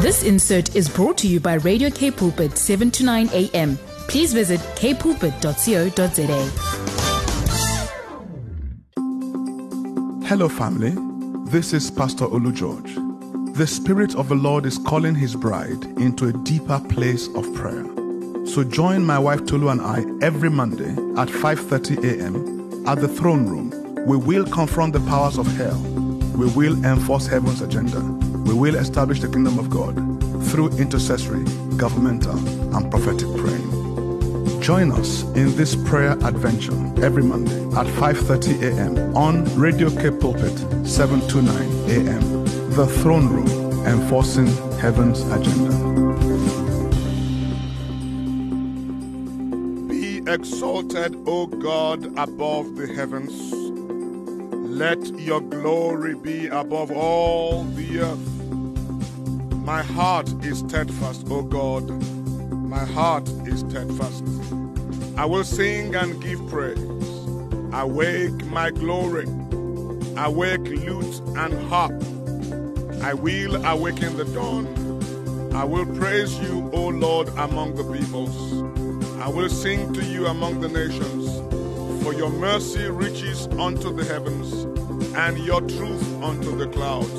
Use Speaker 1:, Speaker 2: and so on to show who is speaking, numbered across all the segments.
Speaker 1: This insert is brought to you by Radio K Pulpit 7 to 9 a.m. Please visit kpulpit.co.za.
Speaker 2: Hello, family. This is Pastor Olu George. The Spirit of the Lord is calling His bride into a deeper place of prayer. So join my wife Tolu and I every Monday at 5:30 a.m. at the Throne Room. We will confront the powers of hell. We will enforce heaven's agenda. We will establish the kingdom of God through intercessory, governmental, and prophetic praying. Join us in this prayer adventure every Monday at 5:30 a.m. on Radio K Pulpit 729 a.m. The Throne Room, enforcing heaven's agenda. Be exalted, O God, above the heavens. Let your glory be above all the earth. My heart is steadfast, O God. My heart is steadfast. I will sing and give praise. Awake my glory. Awake lute and harp. I will awaken the dawn. I will praise you, O Lord, among the peoples. I will sing to you among the nations. For your mercy reaches unto the heavens, and your truth unto the clouds.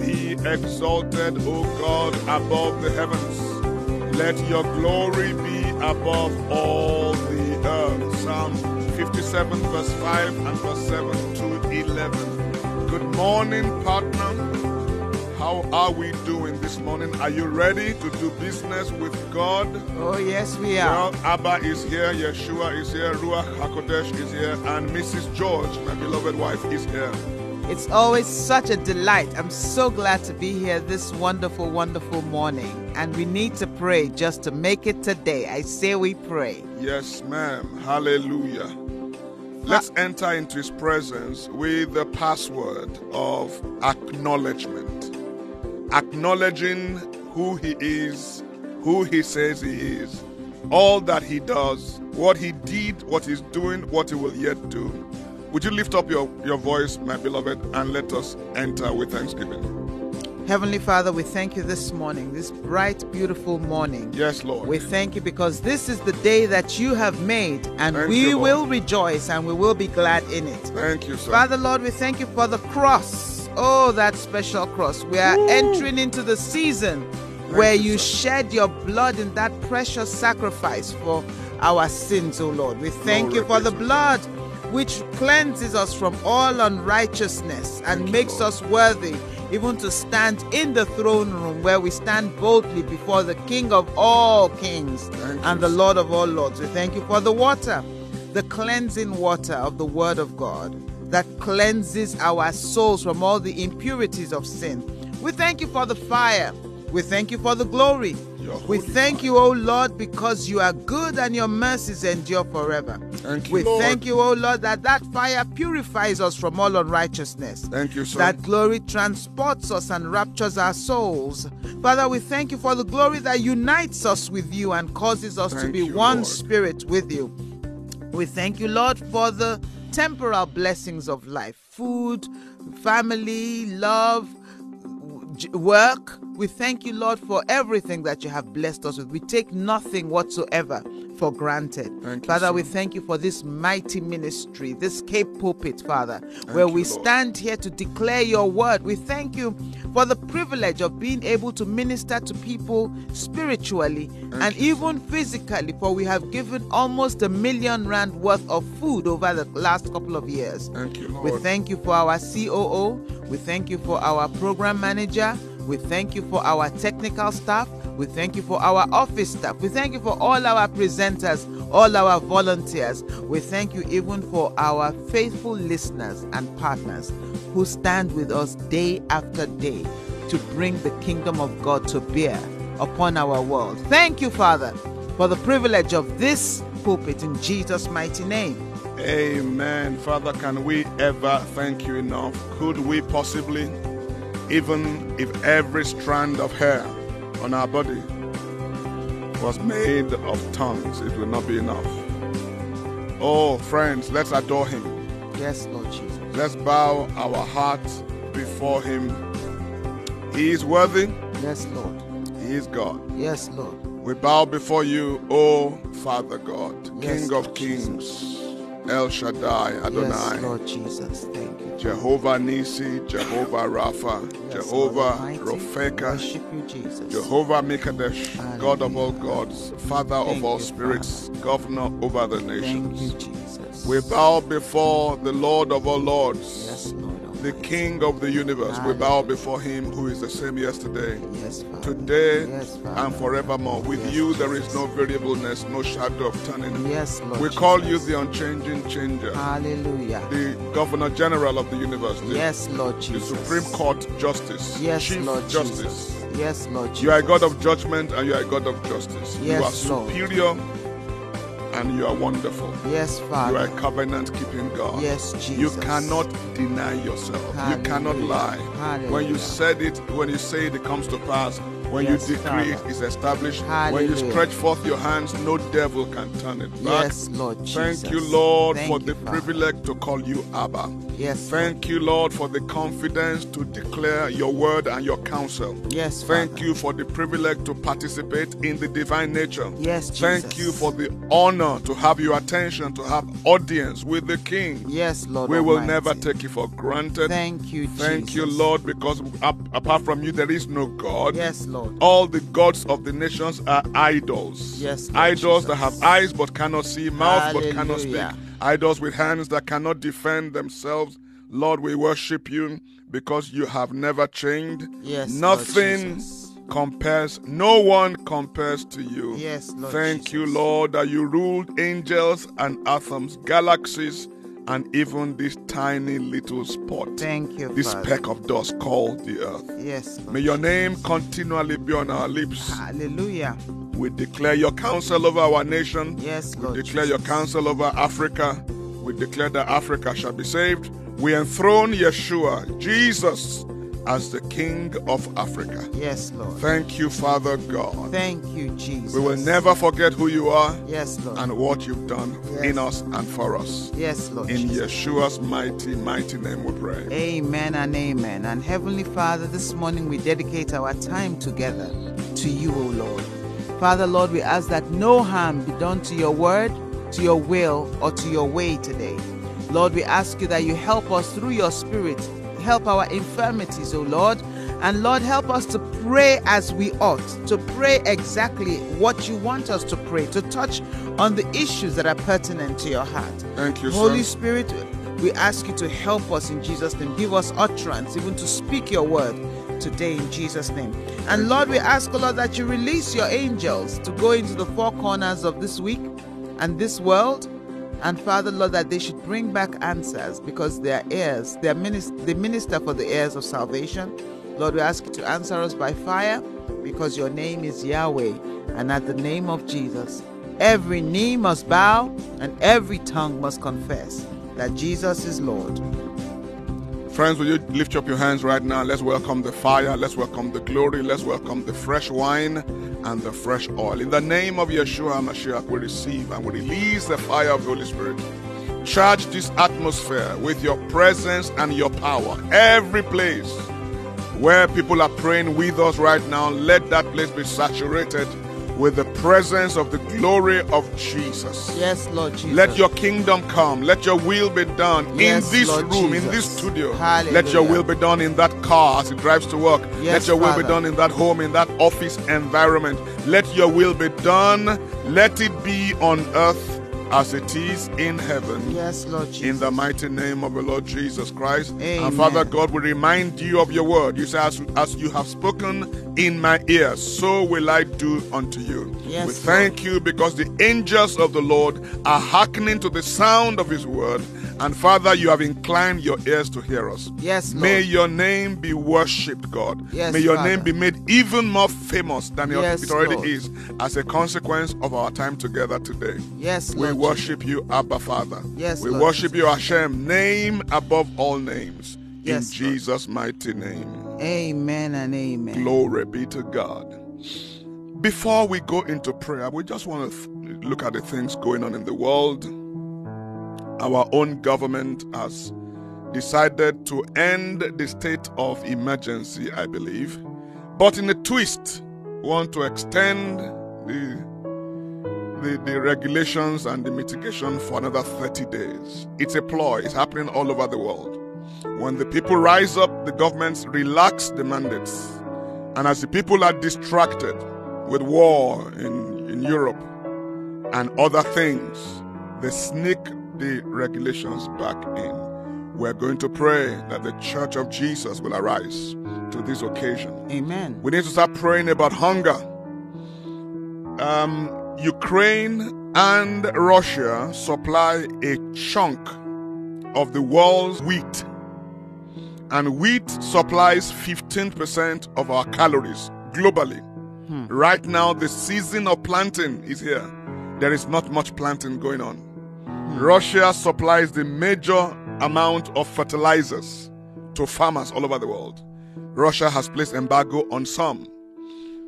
Speaker 2: Be exalted, O God, above the heavens. Let your glory be above all the earth. Psalm 57, verse 5 and verse 7 to 11. Good morning, partner. How are we doing this morning? Are you ready to do business with God?
Speaker 3: Oh, yes, we are.
Speaker 2: Well, Abba is here, Yeshua is here, Ruach HaKodesh is here, and Mrs. George, my beloved wife, is here.
Speaker 3: It's always such a delight. I'm so glad to be here this wonderful, wonderful morning. And we need to pray just to make it today. I say we pray.
Speaker 2: Yes, ma'am. Hallelujah. Let's enter into his presence with the password of acknowledgement. Acknowledging who he is, who he says he is, all that he does, what he did, what he's doing, what he will yet do. Would you lift up your, your voice, my beloved, and let us enter with thanksgiving?
Speaker 3: Heavenly Father, we thank you this morning, this bright, beautiful morning.
Speaker 2: Yes, Lord.
Speaker 3: We thank you because this is the day that you have made, and
Speaker 2: Thank
Speaker 3: we
Speaker 2: you, Lord.
Speaker 3: will rejoice and we will be glad in it.
Speaker 2: Thank you, sir.
Speaker 3: Father, Lord, we thank you for the cross. Oh, that special cross. We are entering into the season where
Speaker 2: you,
Speaker 3: you
Speaker 2: sir.
Speaker 3: shed your blood in that precious sacrifice for our sins, oh Lord. We thank you
Speaker 2: Glory
Speaker 3: for
Speaker 2: be
Speaker 3: the
Speaker 2: to
Speaker 3: blood which cleanses us from all unrighteousness and
Speaker 2: Thank you,
Speaker 3: makes
Speaker 2: Lord.
Speaker 3: us worthy even to stand in the throne room where we stand boldly before the King of all kings
Speaker 2: Thank
Speaker 3: and
Speaker 2: you,
Speaker 3: the Lord of all lords. We thank you for the water, the cleansing water of the Word of God that cleanses our souls from all the impurities of sin. We thank you for the fire. We thank you for the glory.
Speaker 2: Your
Speaker 3: We
Speaker 2: holy
Speaker 3: thank you, O Lord, because you are good and your mercies endure forever.
Speaker 2: Thank you,
Speaker 3: we
Speaker 2: Lord.
Speaker 3: thank you, O Lord, that that fire purifies us from all unrighteousness.
Speaker 2: Thank you, sir.
Speaker 3: That glory transports us and raptures our souls. Father, we thank you for the glory that unites us with you and causes us to
Speaker 2: Thank
Speaker 3: be
Speaker 2: you,
Speaker 3: one
Speaker 2: Lord.
Speaker 3: spirit with you. We thank you, Lord, for the temporal blessings of life food, family, love, j- work. We thank you, Lord, for everything that you have blessed us with. We take nothing whatsoever for granted.
Speaker 2: Thank you,
Speaker 3: Father,
Speaker 2: sir.
Speaker 3: we thank you for this mighty ministry, this Cape Pulpit, Father, where
Speaker 2: you,
Speaker 3: we
Speaker 2: Lord.
Speaker 3: stand here to declare your word. We thank you for the privilege of being able to minister to people spiritually and even physically, for we have given almost a million rand worth of food over the last couple of years.
Speaker 2: Thank you,
Speaker 3: We
Speaker 2: Lord.
Speaker 3: thank you for our COO. We thank you for our program manager. We thank you for our technical staff. We thank you for our office staff. We thank you for all our presenters, all our volunteers. We thank you even for our faithful listeners and partners who stand with us day after day to bring the kingdom of God to bear upon our world. Thank you, Father, for the privilege of this pulpit in Jesus' mighty name.
Speaker 2: Amen. Father, can we ever thank you enough? Could we possibly, even if every strand of hair on our body was made of tongues, it will not be enough. Oh, friends, let's adore him.
Speaker 3: Yes, Lord Jesus.
Speaker 2: Let's bow our hearts before him He is worthy.
Speaker 3: Yes, Lord.
Speaker 2: He is God.
Speaker 3: Yes, Lord.
Speaker 2: We bow before you, O Father God,
Speaker 3: Yes,
Speaker 2: King of
Speaker 3: Jesus.
Speaker 2: Kings, El Shaddai,
Speaker 3: Yes,
Speaker 2: Adonai,
Speaker 3: Lord Jesus. Thank you.
Speaker 2: Jehovah Nisi, Jehovah Rapha,
Speaker 3: Yes, Lord
Speaker 2: Jehovah
Speaker 3: Almighty,
Speaker 2: Rofeka,
Speaker 3: Worship you, Jesus.
Speaker 2: Jehovah Mikadesh, God of all
Speaker 3: Hallelujah.
Speaker 2: gods, Father
Speaker 3: Thank
Speaker 2: of all
Speaker 3: you,
Speaker 2: spirits, Governor over the nations.
Speaker 3: Thank you, Jesus.
Speaker 2: We bow before the Lord of all lords,
Speaker 3: Yes, Lord. oh Almighty.
Speaker 2: the King of the universe. We bow before him who is the same yesterday,
Speaker 3: Yes, Father.
Speaker 2: today,
Speaker 3: Yes, Father.
Speaker 2: and forevermore. With
Speaker 3: Yes,
Speaker 2: you there is
Speaker 3: Jesus.
Speaker 2: no variableness, no shadow of turning.
Speaker 3: Yes, Lord.
Speaker 2: We call you
Speaker 3: Jesus.
Speaker 2: the unchanging changer,
Speaker 3: Hallelujah.
Speaker 2: the Governor General of the universe, the,
Speaker 3: Yes, Lord
Speaker 2: the
Speaker 3: Jesus.
Speaker 2: Supreme Court Justice,
Speaker 3: Yes,
Speaker 2: Chief
Speaker 3: Lord
Speaker 2: Justice.
Speaker 3: Jesus. Yes, Lord Jesus.
Speaker 2: You are a God of judgment and you are a God of justice.
Speaker 3: Yes,
Speaker 2: you are
Speaker 3: Lord.
Speaker 2: superior and you are wonderful.
Speaker 3: Yes,
Speaker 2: You are
Speaker 3: Father.
Speaker 2: a covenant keeping God.
Speaker 3: Yes,
Speaker 2: You
Speaker 3: Jesus.
Speaker 2: cannot deny yourself. You cannot
Speaker 3: Hallelujah.
Speaker 2: lie. When you
Speaker 3: Hallelujah.
Speaker 2: said it, when you say it, it comes to pass. When
Speaker 3: Yes,
Speaker 2: you decree it,
Speaker 3: Father.
Speaker 2: it's established. When you
Speaker 3: Hallelujah.
Speaker 2: stretch forth your hands, no devil can turn it back.
Speaker 3: Yes, Lord Jesus.
Speaker 2: Thank you, Lord,
Speaker 3: Thank
Speaker 2: for
Speaker 3: you,
Speaker 2: the
Speaker 3: Father.
Speaker 2: privilege to call you Abba.
Speaker 3: Yes.
Speaker 2: Thank you, Lord, for the confidence to declare your word and your counsel.
Speaker 3: Yes,
Speaker 2: Thank
Speaker 3: Father.
Speaker 2: you for the privilege to participate in the divine nature.
Speaker 3: Yes,
Speaker 2: Thank
Speaker 3: Jesus.
Speaker 2: you for the honor to have your attention, to have audience with the King.
Speaker 3: Yes, Lord.
Speaker 2: We will
Speaker 3: Almighty.
Speaker 2: never take it for granted.
Speaker 3: Thank you,
Speaker 2: Thank
Speaker 3: Jesus.
Speaker 2: you, Lord, because ap- apart from you, there is no God.
Speaker 3: Yes, Lord.
Speaker 2: All the gods of the nations are idols.
Speaker 3: Yes, Lord
Speaker 2: Idols
Speaker 3: Jesus.
Speaker 2: that have eyes but cannot see, mouth but cannot speak.
Speaker 3: Hallelujah.
Speaker 2: Idols with hands that cannot defend themselves. Lord, we worship you because you have never changed.
Speaker 3: Yes, Lord
Speaker 2: Nothing
Speaker 3: Jesus.
Speaker 2: compares, no one compares to you.
Speaker 3: Yes, Lord
Speaker 2: Thank you,
Speaker 3: Jesus.
Speaker 2: Lord, that you ruled angels and atoms, galaxies, and even this tiny little spot,
Speaker 3: Thank you,
Speaker 2: this
Speaker 3: Father.
Speaker 2: speck of dust called the earth.
Speaker 3: Yes, Lord.
Speaker 2: May your name continually be on our lips.
Speaker 3: Hallelujah.
Speaker 2: We declare your counsel over our nation.
Speaker 3: Yes,
Speaker 2: we
Speaker 3: Lord
Speaker 2: declare your
Speaker 3: Jesus.
Speaker 2: counsel over Africa. We declare that Africa shall be saved. We enthrone Yeshua, Jesus, as the King of Africa.
Speaker 3: Yes, Lord.
Speaker 2: Thank you, Father God.
Speaker 3: Thank you, Jesus.
Speaker 2: We will never forget who you are
Speaker 3: Yes, Lord.
Speaker 2: and what you've done
Speaker 3: Yes.
Speaker 2: in us and for us.
Speaker 3: yes, Lord.
Speaker 2: In
Speaker 3: Jesus.
Speaker 2: Yeshua's mighty, mighty name we pray.
Speaker 3: Amen and amen. And Heavenly Father, this morning we dedicate our time together to you, O Lord. Father, Lord, we ask that no harm be done to your word, to your will, or to your way today. Lord, we ask you that you help us through your spirit, help our infirmities, O Lord. And Lord, help us to pray as we ought, to pray exactly what you want us to pray, to touch on the issues that are pertinent to your heart.
Speaker 2: Thank you,
Speaker 3: Holy
Speaker 2: sir.
Speaker 3: Spirit, we ask you to help us in Jesus' name. Give us utterance, even to speak your word today in Jesus' name. And Lord, we ask, O Lord, that you release your angels to go into the four corners of this week and this world. And Father, Lord, that they should bring back answers because they are heirs. They are minis- they minister for the heirs of salvation. Lord, we ask you to answer us by fire because your name is Yahweh. And at the name of Jesus, Every knee must bow and every tongue must confess that Jesus is Lord.
Speaker 2: Friends, will you lift up your hands right now? Let's welcome the fire. Let's welcome the glory. Let's welcome the fresh wine and the fresh oil. In the name of Yeshua Mashiach, we receive and we release the fire of the Holy Spirit. Charge this atmosphere with your presence and your power. Every place. where people are praying with us right now, let that place be saturated with the presence of the glory of Jesus.
Speaker 3: Yes, Lord Jesus.
Speaker 2: Let your kingdom come. Let your will be done
Speaker 3: Yes,
Speaker 2: in this
Speaker 3: Lord
Speaker 2: room, in
Speaker 3: Jesus.
Speaker 2: this studio. Let
Speaker 3: Hallelujah.
Speaker 2: your will be done in that car as it drives to work.
Speaker 3: Yes,
Speaker 2: Let your will
Speaker 3: Father.
Speaker 2: be done in that home, in that office environment. Let your will be done. Let it be on earth as it is in heaven.
Speaker 3: yes, Lord Jesus.
Speaker 2: In the mighty name of the Lord Jesus Christ.
Speaker 3: Amen.
Speaker 2: And Father God, we remind you of your word. You say, as, as you have spoken in my ear, so will I do unto you.
Speaker 3: Yes,
Speaker 2: we thank you because the angels of the Lord are hearkening to the sound of his word. And Father, you have inclined your ears to hear us.
Speaker 3: Yes, Lord.
Speaker 2: May your name be worshipped, God.
Speaker 3: Yes,
Speaker 2: May your
Speaker 3: Father.
Speaker 2: name be made even more famous than it-
Speaker 3: Yes,
Speaker 2: it already
Speaker 3: Lord.
Speaker 2: is as a consequence of our time together today.
Speaker 3: yes,
Speaker 2: We
Speaker 3: Lord
Speaker 2: worship you, Abba Father.
Speaker 3: Yes,
Speaker 2: We
Speaker 3: Lord
Speaker 2: worship you, Hashem, name above all names.
Speaker 3: Yes,
Speaker 2: In
Speaker 3: Lord.
Speaker 2: Jesus' mighty name.
Speaker 3: Jesus. Amen and amen.
Speaker 2: Glory be to God. Before we go into prayer, we just want to look at the things going on in the world. Our own government has decided to end the state of emergency, I believe. But in a twist, want to extend the, the, the regulations and the mitigation for another 30 days. It's a ploy, it's happening all over the world. When the people rise up, the governments relax the mandates. And as the people are distracted with war in, in Europe and other things, they sneak the regulations back in. We're going to pray that the church of Jesus will arise to this occasion.
Speaker 3: Amen.
Speaker 2: We need to start praying about hunger. Um, Ukraine and Russia supply a chunk of the world's wheat, and wheat supplies 15% of our calories globally. Right now, the season of planting is here. There is not much planting going on. Russia supplies the major amount of fertilizers to farmers all over the world. Russia has placed embargo on some.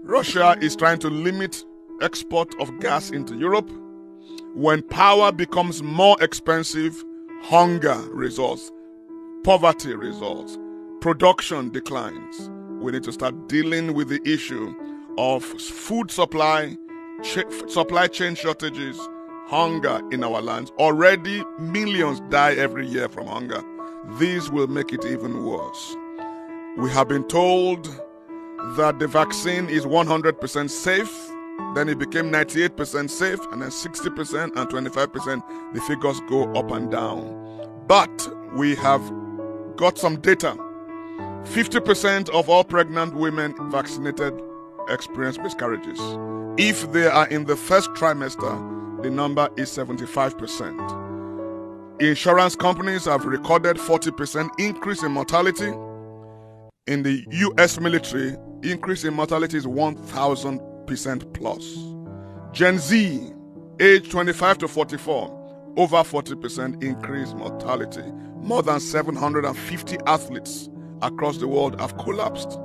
Speaker 2: Russia is trying to limit export of gas into Europe. When power becomes more expensive, hunger results, poverty results, production declines. We need to start dealing with the issue of food supply, cha- supply chain shortages, hunger in our lands. Already, millions die every year from hunger. These will make it even worse. We have been told that the vaccine is 100% safe. Then it became 98% safe, and then 60% and 25%. The figures go up and down. But we have got some data 50% of all pregnant women vaccinated experience miscarriages. If they are in the first trimester, the number is 75%. Insurance companies have recorded 40% increase in mortality. In the US military, increase in mortality is 1000% plus. Gen Z, age 25 to 44, over 40% increase mortality. More than 750 athletes across the world have collapsed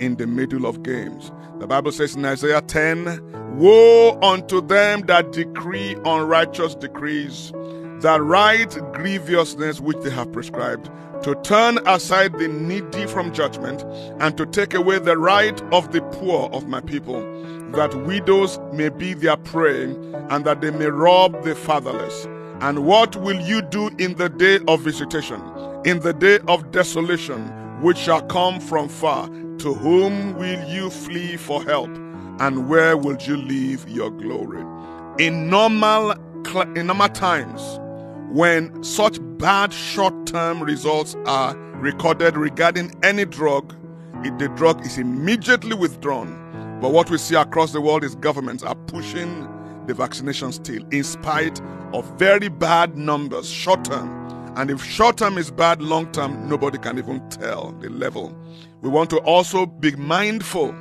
Speaker 2: in the middle of games. The Bible says in Isaiah 10 Woe unto them that decree unrighteous decrees, that right grievousness which they have prescribed, to turn aside the needy from judgment, and to take away the right of the poor of my people, that widows may be their prey, and that they may rob the fatherless. And what will you do in the day of visitation, in the day of desolation? which shall come from far. To whom will you flee for help? And where will you leave your glory? In normal, cl- in normal times, when such bad short term results are recorded regarding any drug, it, the drug is immediately withdrawn. But what we see across the world is governments are pushing the vaccination still, in spite of very bad numbers, short term. And if short term is bad, long term, nobody can even tell the level. We want to also be mindful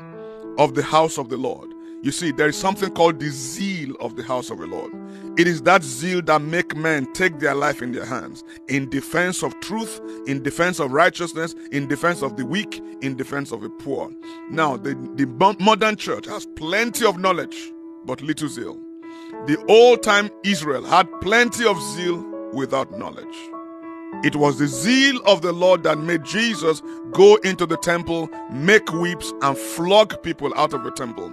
Speaker 2: of the house of the Lord. You see, there is something called the zeal of the house of the Lord. It is that zeal that make men take their life in their hands in defense of truth, in defense of righteousness, in defense of the weak, in defense of the poor. Now, the, the mo- modern church has plenty of knowledge, but little zeal. The old time Israel had plenty of zeal without knowledge. It was the zeal of the Lord that made Jesus go into the temple, make whips, and flog people out of the temple.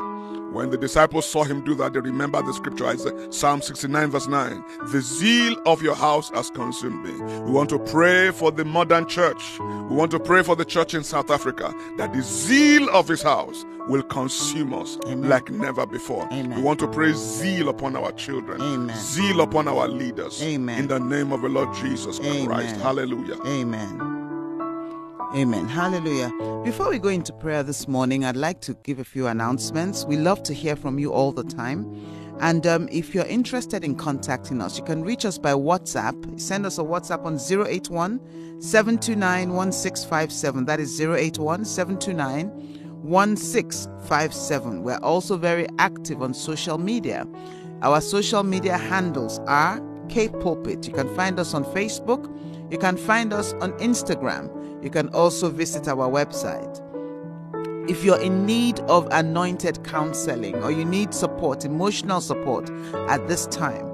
Speaker 2: When the disciples saw him do that, they remembered the scripture, Isaiah- Psalm 69, verse 9. The zeal of your house has consumed me. We want to pray for the modern church. We want to pray for the church in South Africa that the zeal of his house will consume us like never before.
Speaker 3: Amen.
Speaker 2: We want to pray zeal upon our children,
Speaker 3: Amen.
Speaker 2: zeal upon our leaders.
Speaker 3: Amen.
Speaker 2: In the name of the Lord Jesus
Speaker 3: Amen.
Speaker 2: Christ. Hallelujah.
Speaker 3: Amen. Amen. Hallelujah. Before we go into prayer this morning, I'd like to give a few announcements. We love to hear from you all the time. And um, if you're interested in contacting us, you can reach us by WhatsApp. Send us a WhatsApp on 081 729 1657. That is 081 729 1657. We're also very active on social media. Our social media handles are K Pulpit. You can find us on Facebook. You can find us on Instagram. You can also visit our website. If you're in need of anointed counseling or you need support, emotional support at this time,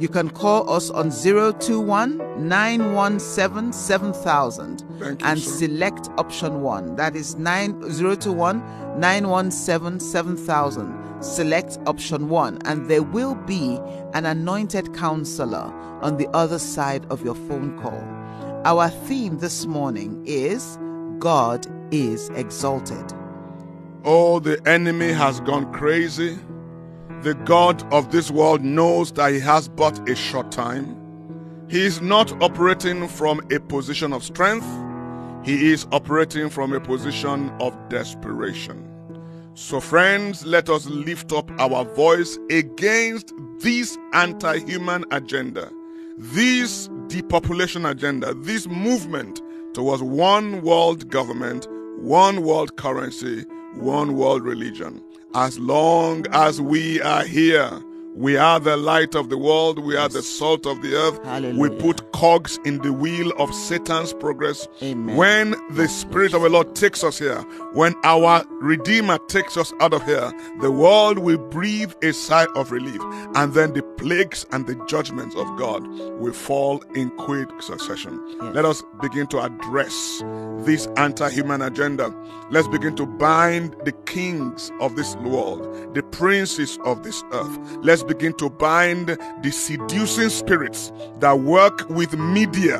Speaker 3: You can call us on 021 917 7000
Speaker 2: Thank you,
Speaker 3: and
Speaker 2: sir.
Speaker 3: select option 1. That is 9 021 917 7000. Select option 1 and there will be an anointed counselor on the other side of your phone call. Our theme this morning is God is exalted.
Speaker 2: Oh, the enemy has gone crazy. The God of this world knows that he has but a short time. He is not operating from a position of strength, he is operating from a position of desperation. So, friends, let us lift up our voice against this anti human agenda, this depopulation agenda, this movement towards one world government, one world currency, one world religion. As long as we are here, we are the light of the world. We are the salt of the earth. We
Speaker 3: Hallelujah.
Speaker 2: put cogs in the wheel of Satan's progress.
Speaker 3: Amen.
Speaker 2: When the Spirit of the Lord takes us here, when our Redeemer takes us out of here, the world will breathe a sigh of relief. And then the plagues and the judgments of God will fall in quick succession.
Speaker 3: Yes.
Speaker 2: Let us begin to address this anti human agenda. Let's begin to bind the kings of this world, the princes of this earth. Let's begin to bind the seducing spirits that work with media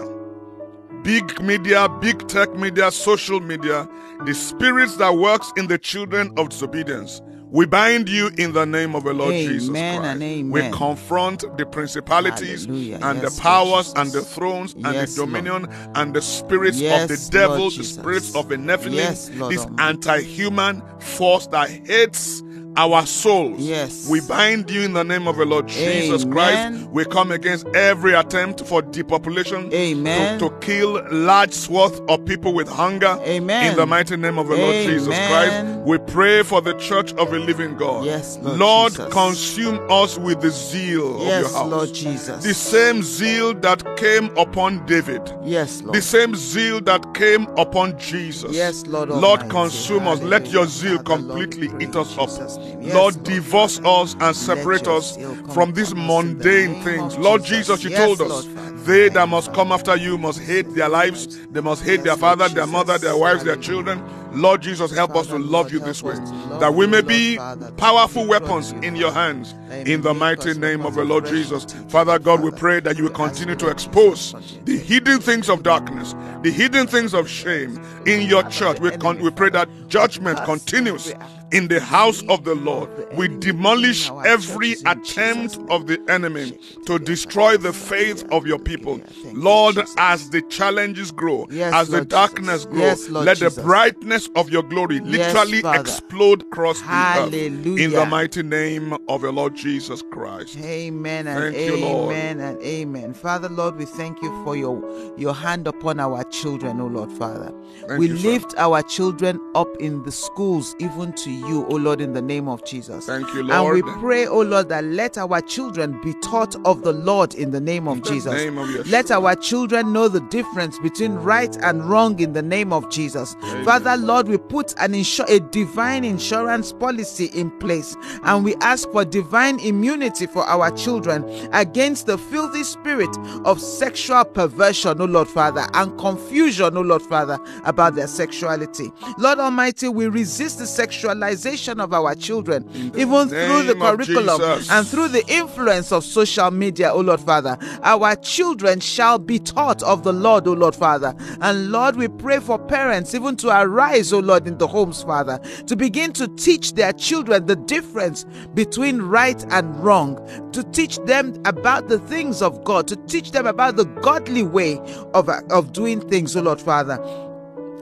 Speaker 2: big media, big tech media, social media, the spirits that works in the children of disobedience. We bind you in the name of the Lord Jesus
Speaker 3: Amen
Speaker 2: Christ.
Speaker 3: and
Speaker 2: We
Speaker 3: amen.
Speaker 2: confront the principalities
Speaker 3: Hallelujah.
Speaker 2: and
Speaker 3: Yes,
Speaker 2: the powers
Speaker 3: Lord
Speaker 2: and the
Speaker 3: Jesus.
Speaker 2: thrones and
Speaker 3: Yes,
Speaker 2: the
Speaker 3: Lord.
Speaker 2: dominion and the spirits
Speaker 3: Yes,
Speaker 2: of the devil,
Speaker 3: Lord
Speaker 2: the
Speaker 3: Jesus.
Speaker 2: spirits of the Nephilim,
Speaker 3: Yes, Lord
Speaker 2: this
Speaker 3: Almighty.
Speaker 2: anti-human force that hates our souls.
Speaker 3: Yes.
Speaker 2: We bind you in the name of the Lord Jesus
Speaker 3: Amen.
Speaker 2: Christ. We come against every attempt for depopulation to-
Speaker 3: Amen.
Speaker 2: to kill large swath of people with hunger.
Speaker 3: Amen.
Speaker 2: In the mighty name of the Lord Jesus Christ,
Speaker 3: Amen.
Speaker 2: we pray for the church of the living God.
Speaker 3: Yes, Lord Jesus.
Speaker 2: consume us with the zeal of
Speaker 3: Yes,
Speaker 2: your house.
Speaker 3: Lord Jesus.
Speaker 2: The same zeal that came upon David.
Speaker 3: yes, Lord.
Speaker 2: The same zeal that came upon Jesus.
Speaker 3: Yes, Lord
Speaker 2: Lord,
Speaker 3: Almighty.
Speaker 2: consume us. Let your
Speaker 3: Hallelujah.
Speaker 2: zeal
Speaker 3: Father, Lord, we
Speaker 2: completely
Speaker 3: pray
Speaker 2: eat us
Speaker 3: in
Speaker 2: up.
Speaker 3: Jesus' name.
Speaker 2: Lord,
Speaker 3: Yes, Lord,
Speaker 2: divorce
Speaker 3: Father.
Speaker 2: us and separate
Speaker 3: your
Speaker 2: us
Speaker 3: zeal come
Speaker 2: from these
Speaker 3: upon us in the name
Speaker 2: mundane
Speaker 3: of
Speaker 2: things. Lord
Speaker 3: Jesus.
Speaker 2: Jesus, you
Speaker 3: Yes,
Speaker 2: told us,
Speaker 3: Lord, Father.
Speaker 2: they that
Speaker 3: Thank you,
Speaker 2: must come
Speaker 3: Father.
Speaker 2: after you must hate their lives, they must hate
Speaker 3: Yes,
Speaker 2: their
Speaker 3: Lord
Speaker 2: father, their mother,
Speaker 3: Jesus.
Speaker 2: their wives, their
Speaker 3: Hallelujah.
Speaker 2: children. Lord Jesus, help us to
Speaker 3: Father,
Speaker 2: love
Speaker 3: Lord,
Speaker 2: you
Speaker 3: help
Speaker 2: this way,
Speaker 3: us to love
Speaker 2: that we
Speaker 3: you,
Speaker 2: may
Speaker 3: Lord
Speaker 2: be
Speaker 3: Father, that
Speaker 2: powerful
Speaker 3: we trust
Speaker 2: weapons
Speaker 3: you,
Speaker 2: in your
Speaker 3: Father,
Speaker 2: hands.
Speaker 3: that you
Speaker 2: In the
Speaker 3: make
Speaker 2: mighty
Speaker 3: us
Speaker 2: name of
Speaker 3: weapons
Speaker 2: the
Speaker 3: of
Speaker 2: Lord
Speaker 3: fresh
Speaker 2: Jesus,
Speaker 3: teaching,
Speaker 2: Father God, we
Speaker 3: Father.
Speaker 2: pray that you will
Speaker 3: We ask
Speaker 2: continue
Speaker 3: you,
Speaker 2: to
Speaker 3: Lord Jesus,
Speaker 2: expose
Speaker 3: continue
Speaker 2: the
Speaker 3: to
Speaker 2: hidden things of darkness, the hidden things of shame in your
Speaker 3: Father,
Speaker 2: church.
Speaker 3: the
Speaker 2: We, con-
Speaker 3: enemy,
Speaker 2: we pray
Speaker 3: Father,
Speaker 2: that judgment
Speaker 3: cast
Speaker 2: continues
Speaker 3: every
Speaker 2: in the house of the
Speaker 3: activity
Speaker 2: Lord.
Speaker 3: of the
Speaker 2: We
Speaker 3: enemy
Speaker 2: demolish
Speaker 3: in our
Speaker 2: every
Speaker 3: churches in Jesus'
Speaker 2: attempt
Speaker 3: name.
Speaker 2: of the enemy
Speaker 3: Shake
Speaker 2: to
Speaker 3: it,
Speaker 2: destroy the
Speaker 3: Father.
Speaker 2: faith
Speaker 3: Hallelujah.
Speaker 2: of your people.
Speaker 3: Hallelujah. Thank you,
Speaker 2: Lord,
Speaker 3: Jesus.
Speaker 2: as the challenges grow,
Speaker 3: Yes,
Speaker 2: as the
Speaker 3: Lord Jesus.
Speaker 2: darkness grow,
Speaker 3: Yes, Lord
Speaker 2: let the
Speaker 3: Jesus.
Speaker 2: brightness of your glory
Speaker 3: Yes,
Speaker 2: literally
Speaker 3: Father.
Speaker 2: explode across the earth. In the
Speaker 3: Hallelujah.
Speaker 2: mighty name of the Lord Jesus Christ.
Speaker 3: Amen and
Speaker 2: Thank you, Lord.
Speaker 3: amen and amen. Father, Lord, we thank you for your your hand upon our children, oh Lord, Father.
Speaker 2: Thank
Speaker 3: we
Speaker 2: you, sir.
Speaker 3: lift our children up in the schools, even to you, oh Lord, in the name of Jesus.
Speaker 2: Thank you,
Speaker 3: And we
Speaker 2: Lord.
Speaker 3: pray, oh Lord, that let our children be taught of the Lord in the name of
Speaker 2: In the
Speaker 3: Jesus.
Speaker 2: name of Yeshua.
Speaker 3: let our children know the difference between right and wrong in the name of Jesus.
Speaker 2: Amen.
Speaker 3: Father, Lord, we put an insur- a divine insurance policy in place and we ask for divine immunity for our children against the filthy spirit of sexual perversion, oh Lord Father, and confusion, oh Lord Father, about their sexuality. Lord Almighty, we resist the sexualization of our children, even through the
Speaker 2: name of
Speaker 3: curriculum
Speaker 2: Jesus.
Speaker 3: and through the influence of social media, oh Lord Father. Our children shall be taught of the Lord, oh Lord Father. And Lord, we pray for parents even to arise, oh Lord, in the homes, Father, to begin to teach their children the difference between right and wrong, to teach them about the things of God, to teach them about the godly way of, of doing things, oh Lord Father.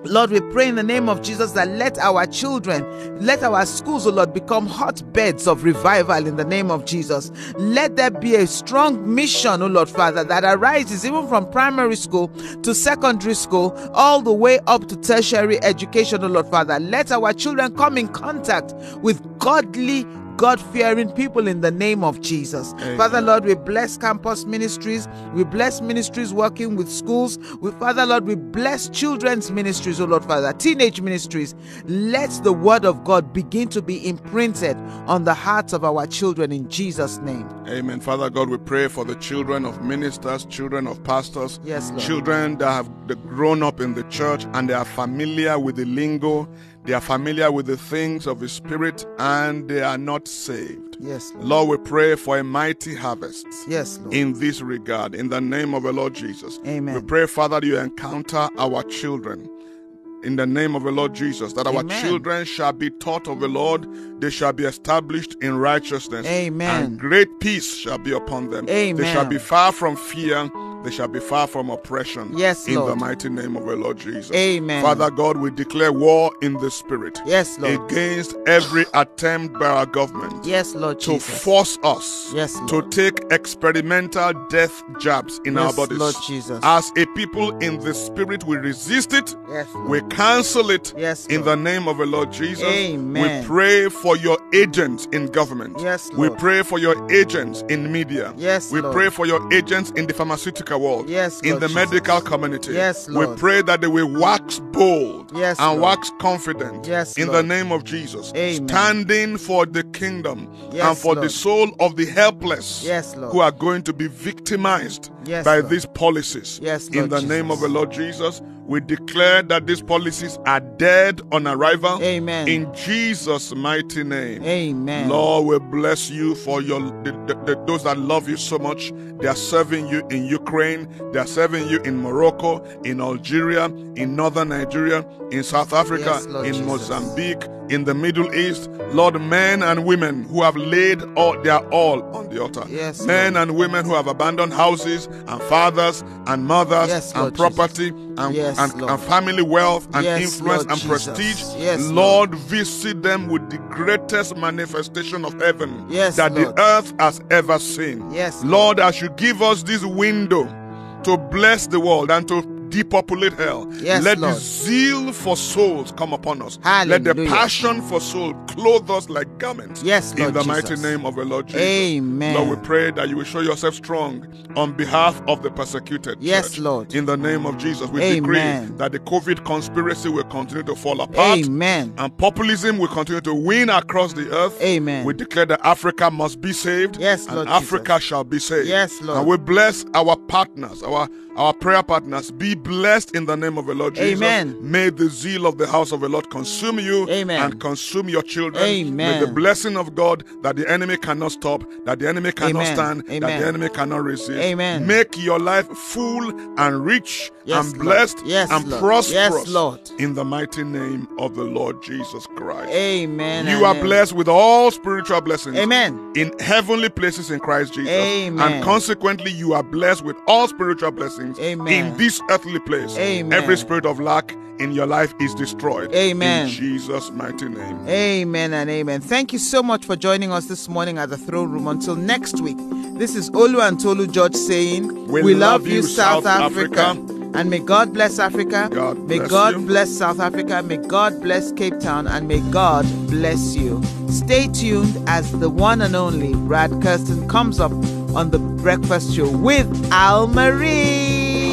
Speaker 3: Lord, we pray in the name of Jesus that let our children, let our schools, oh Lord, become hotbeds of revival in the name of Jesus. Let there be a strong mission, oh Lord Father, that arises even from primary school to secondary school, all the way up to tertiary education, oh Lord Father. Let our children come in contact with godly God fearing people in the name of Jesus.
Speaker 2: Amen.
Speaker 3: Father Lord, we bless campus ministries. We bless ministries working with schools. We, Father Lord, we bless children's ministries, oh Lord Father, teenage ministries. Let the word of God begin to be imprinted on the hearts of our children in Jesus' name.
Speaker 2: Amen. Father God, we pray for the children of ministers, children of pastors,
Speaker 3: Yes, Lord.
Speaker 2: children that have that grown up in the church and they are familiar with the lingo, they are familiar with the things of the Spirit, and they are not saved.
Speaker 3: Yes, Lord.
Speaker 2: Lord, we pray for a mighty harvest
Speaker 3: Yes, Lord.
Speaker 2: in this regard, in the name of the Lord Jesus.
Speaker 3: Amen.
Speaker 2: We pray, Father, that you encounter our children. In the name of the Lord Jesus, that our
Speaker 3: Amen.
Speaker 2: children shall be taught of the Lord, they shall be established in righteousness.
Speaker 3: Amen.
Speaker 2: And great peace shall be upon them. They
Speaker 3: Amen.
Speaker 2: shall be far from fear, they shall be far from oppression.
Speaker 3: Yes,
Speaker 2: In the
Speaker 3: Lord.
Speaker 2: mighty name of the Lord Jesus.
Speaker 3: Amen.
Speaker 2: Father God, we declare war in the Spirit
Speaker 3: Yes, Lord.
Speaker 2: against every attempt by our government
Speaker 3: Yes, Lord
Speaker 2: to
Speaker 3: Jesus.
Speaker 2: force us
Speaker 3: Yes,
Speaker 2: to
Speaker 3: Lord.
Speaker 2: take experimental death jabs in our
Speaker 3: Yes,
Speaker 2: bodies.
Speaker 3: Lord Jesus.
Speaker 2: As a people in the spirit, we resist it.
Speaker 3: Yes, Lord.
Speaker 2: We cancel it
Speaker 3: Yes,
Speaker 2: in the
Speaker 3: Lord.
Speaker 2: name of the Lord Jesus.
Speaker 3: Amen.
Speaker 2: We pray for your agents in government.
Speaker 3: Yes,
Speaker 2: we
Speaker 3: Lord.
Speaker 2: pray for your agents in media.
Speaker 3: Yes,
Speaker 2: we
Speaker 3: Lord.
Speaker 2: pray for your agents in the pharmaceutical world.
Speaker 3: Yes,
Speaker 2: in
Speaker 3: Lord
Speaker 2: the
Speaker 3: Jesus.
Speaker 2: medical community.
Speaker 3: Yes,
Speaker 2: We
Speaker 3: Lord.
Speaker 2: pray that they will wax bold
Speaker 3: Yes,
Speaker 2: and
Speaker 3: Lord.
Speaker 2: wax confident.
Speaker 3: Yes,
Speaker 2: in
Speaker 3: Lord.
Speaker 2: the name of Jesus.
Speaker 3: Amen.
Speaker 2: Standing for the kingdom and
Speaker 3: Yes,
Speaker 2: for the
Speaker 3: Lord.
Speaker 2: soul of the helpless
Speaker 3: Yes, Lord.
Speaker 2: who are going to be victimized
Speaker 3: Yes,
Speaker 2: by
Speaker 3: Lord.
Speaker 2: these policies.
Speaker 3: Yes,
Speaker 2: in
Speaker 3: Lord
Speaker 2: the name of
Speaker 3: Jesus.
Speaker 2: the Lord Jesus, we declare that these policies are dead on arrival.
Speaker 3: Amen.
Speaker 2: In Jesus' mighty name.
Speaker 3: Amen.
Speaker 2: Lord, we bless you for your the, the- the- those that love you so much. They are serving you in Ukraine. They are serving you in Morocco, in Algeria, in northern Nigeria, in South Africa,
Speaker 3: Yes, Lord
Speaker 2: in
Speaker 3: Jesus.
Speaker 2: Mozambique, in the Middle East. Lord, men and women who have laid all their all on the altar.
Speaker 3: Yes,
Speaker 2: men
Speaker 3: Lord.
Speaker 2: and women who have abandoned houses and fathers and mothers
Speaker 3: Yes,
Speaker 2: and
Speaker 3: Lord
Speaker 2: property
Speaker 3: Jesus.
Speaker 2: and,
Speaker 3: Yes,
Speaker 2: and,
Speaker 3: Lord.
Speaker 2: and family wealth and
Speaker 3: Yes,
Speaker 2: influence
Speaker 3: Lord
Speaker 2: and
Speaker 3: Jesus.
Speaker 2: prestige.
Speaker 3: Yes,
Speaker 2: Lord, visit them with the greatest manifestation of heaven
Speaker 3: Yes,
Speaker 2: that
Speaker 3: Lord.
Speaker 2: the earth has ever seen.
Speaker 3: Yes,
Speaker 2: Lord, as you give us this window to bless the world and to depopulate hell,
Speaker 3: Yes,
Speaker 2: let the
Speaker 3: Lord.
Speaker 2: zeal for souls come upon us. Let the
Speaker 3: Hallelujah.
Speaker 2: passion for soul clothe us like garments.
Speaker 3: Yes,
Speaker 2: In
Speaker 3: Lord
Speaker 2: the
Speaker 3: Jesus.
Speaker 2: mighty name of the Lord Jesus.
Speaker 3: Amen.
Speaker 2: Lord, we pray that you will show yourself strong on behalf of the persecuted.
Speaker 3: Yes,
Speaker 2: church.
Speaker 3: Lord.
Speaker 2: In the name of Jesus, we decree
Speaker 3: Amen.
Speaker 2: that the COVID conspiracy will continue to fall apart
Speaker 3: Amen.
Speaker 2: and populism will continue to win across the earth.
Speaker 3: Amen.
Speaker 2: We declare that Africa must be saved.
Speaker 3: Yes,
Speaker 2: and
Speaker 3: Lord
Speaker 2: Africa
Speaker 3: Jesus.
Speaker 2: shall be saved.
Speaker 3: Yes, Lord.
Speaker 2: And we bless our partners, our our prayer partners. Be blessed in the name of the Lord Jesus.
Speaker 3: Amen.
Speaker 2: May the zeal of the house of the Lord consume you
Speaker 3: Amen.
Speaker 2: and consume your children. May
Speaker 3: Amen.
Speaker 2: the blessing of God that the enemy cannot stop, that the enemy cannot
Speaker 3: Amen.
Speaker 2: stand, that
Speaker 3: Amen.
Speaker 2: the enemy cannot resist.
Speaker 3: Amen.
Speaker 2: Make your life full and rich
Speaker 3: Yes,
Speaker 2: and
Speaker 3: Lord.
Speaker 2: blessed
Speaker 3: Yes,
Speaker 2: and
Speaker 3: Lord.
Speaker 2: prosperous.
Speaker 3: Yes, Lord.
Speaker 2: In the mighty name of the Lord Jesus Christ.
Speaker 3: Amen.
Speaker 2: You are
Speaker 3: Amen.
Speaker 2: blessed with all spiritual blessings.
Speaker 3: Amen.
Speaker 2: In heavenly places in Christ Jesus.
Speaker 3: Amen.
Speaker 2: And consequently, you are blessed with all spiritual blessings
Speaker 3: Amen.
Speaker 2: in this earthly place.
Speaker 3: Amen.
Speaker 2: Every spirit of lack in your life is destroyed.
Speaker 3: Amen.
Speaker 2: In Jesus' mighty name.
Speaker 3: Amen and amen. Thank you so much for joining us this morning at the throne room. Until next week, this is Olu and Tolu George saying,
Speaker 2: We love you, South Africa.
Speaker 3: And may God bless Africa.
Speaker 2: God
Speaker 3: may
Speaker 2: bless
Speaker 3: God
Speaker 2: you.
Speaker 3: bless South Africa. May God bless Cape Town. And may God bless you. Stay tuned as the one and only Brad Kirsten comes up on The Breakfast Show with Al Marie.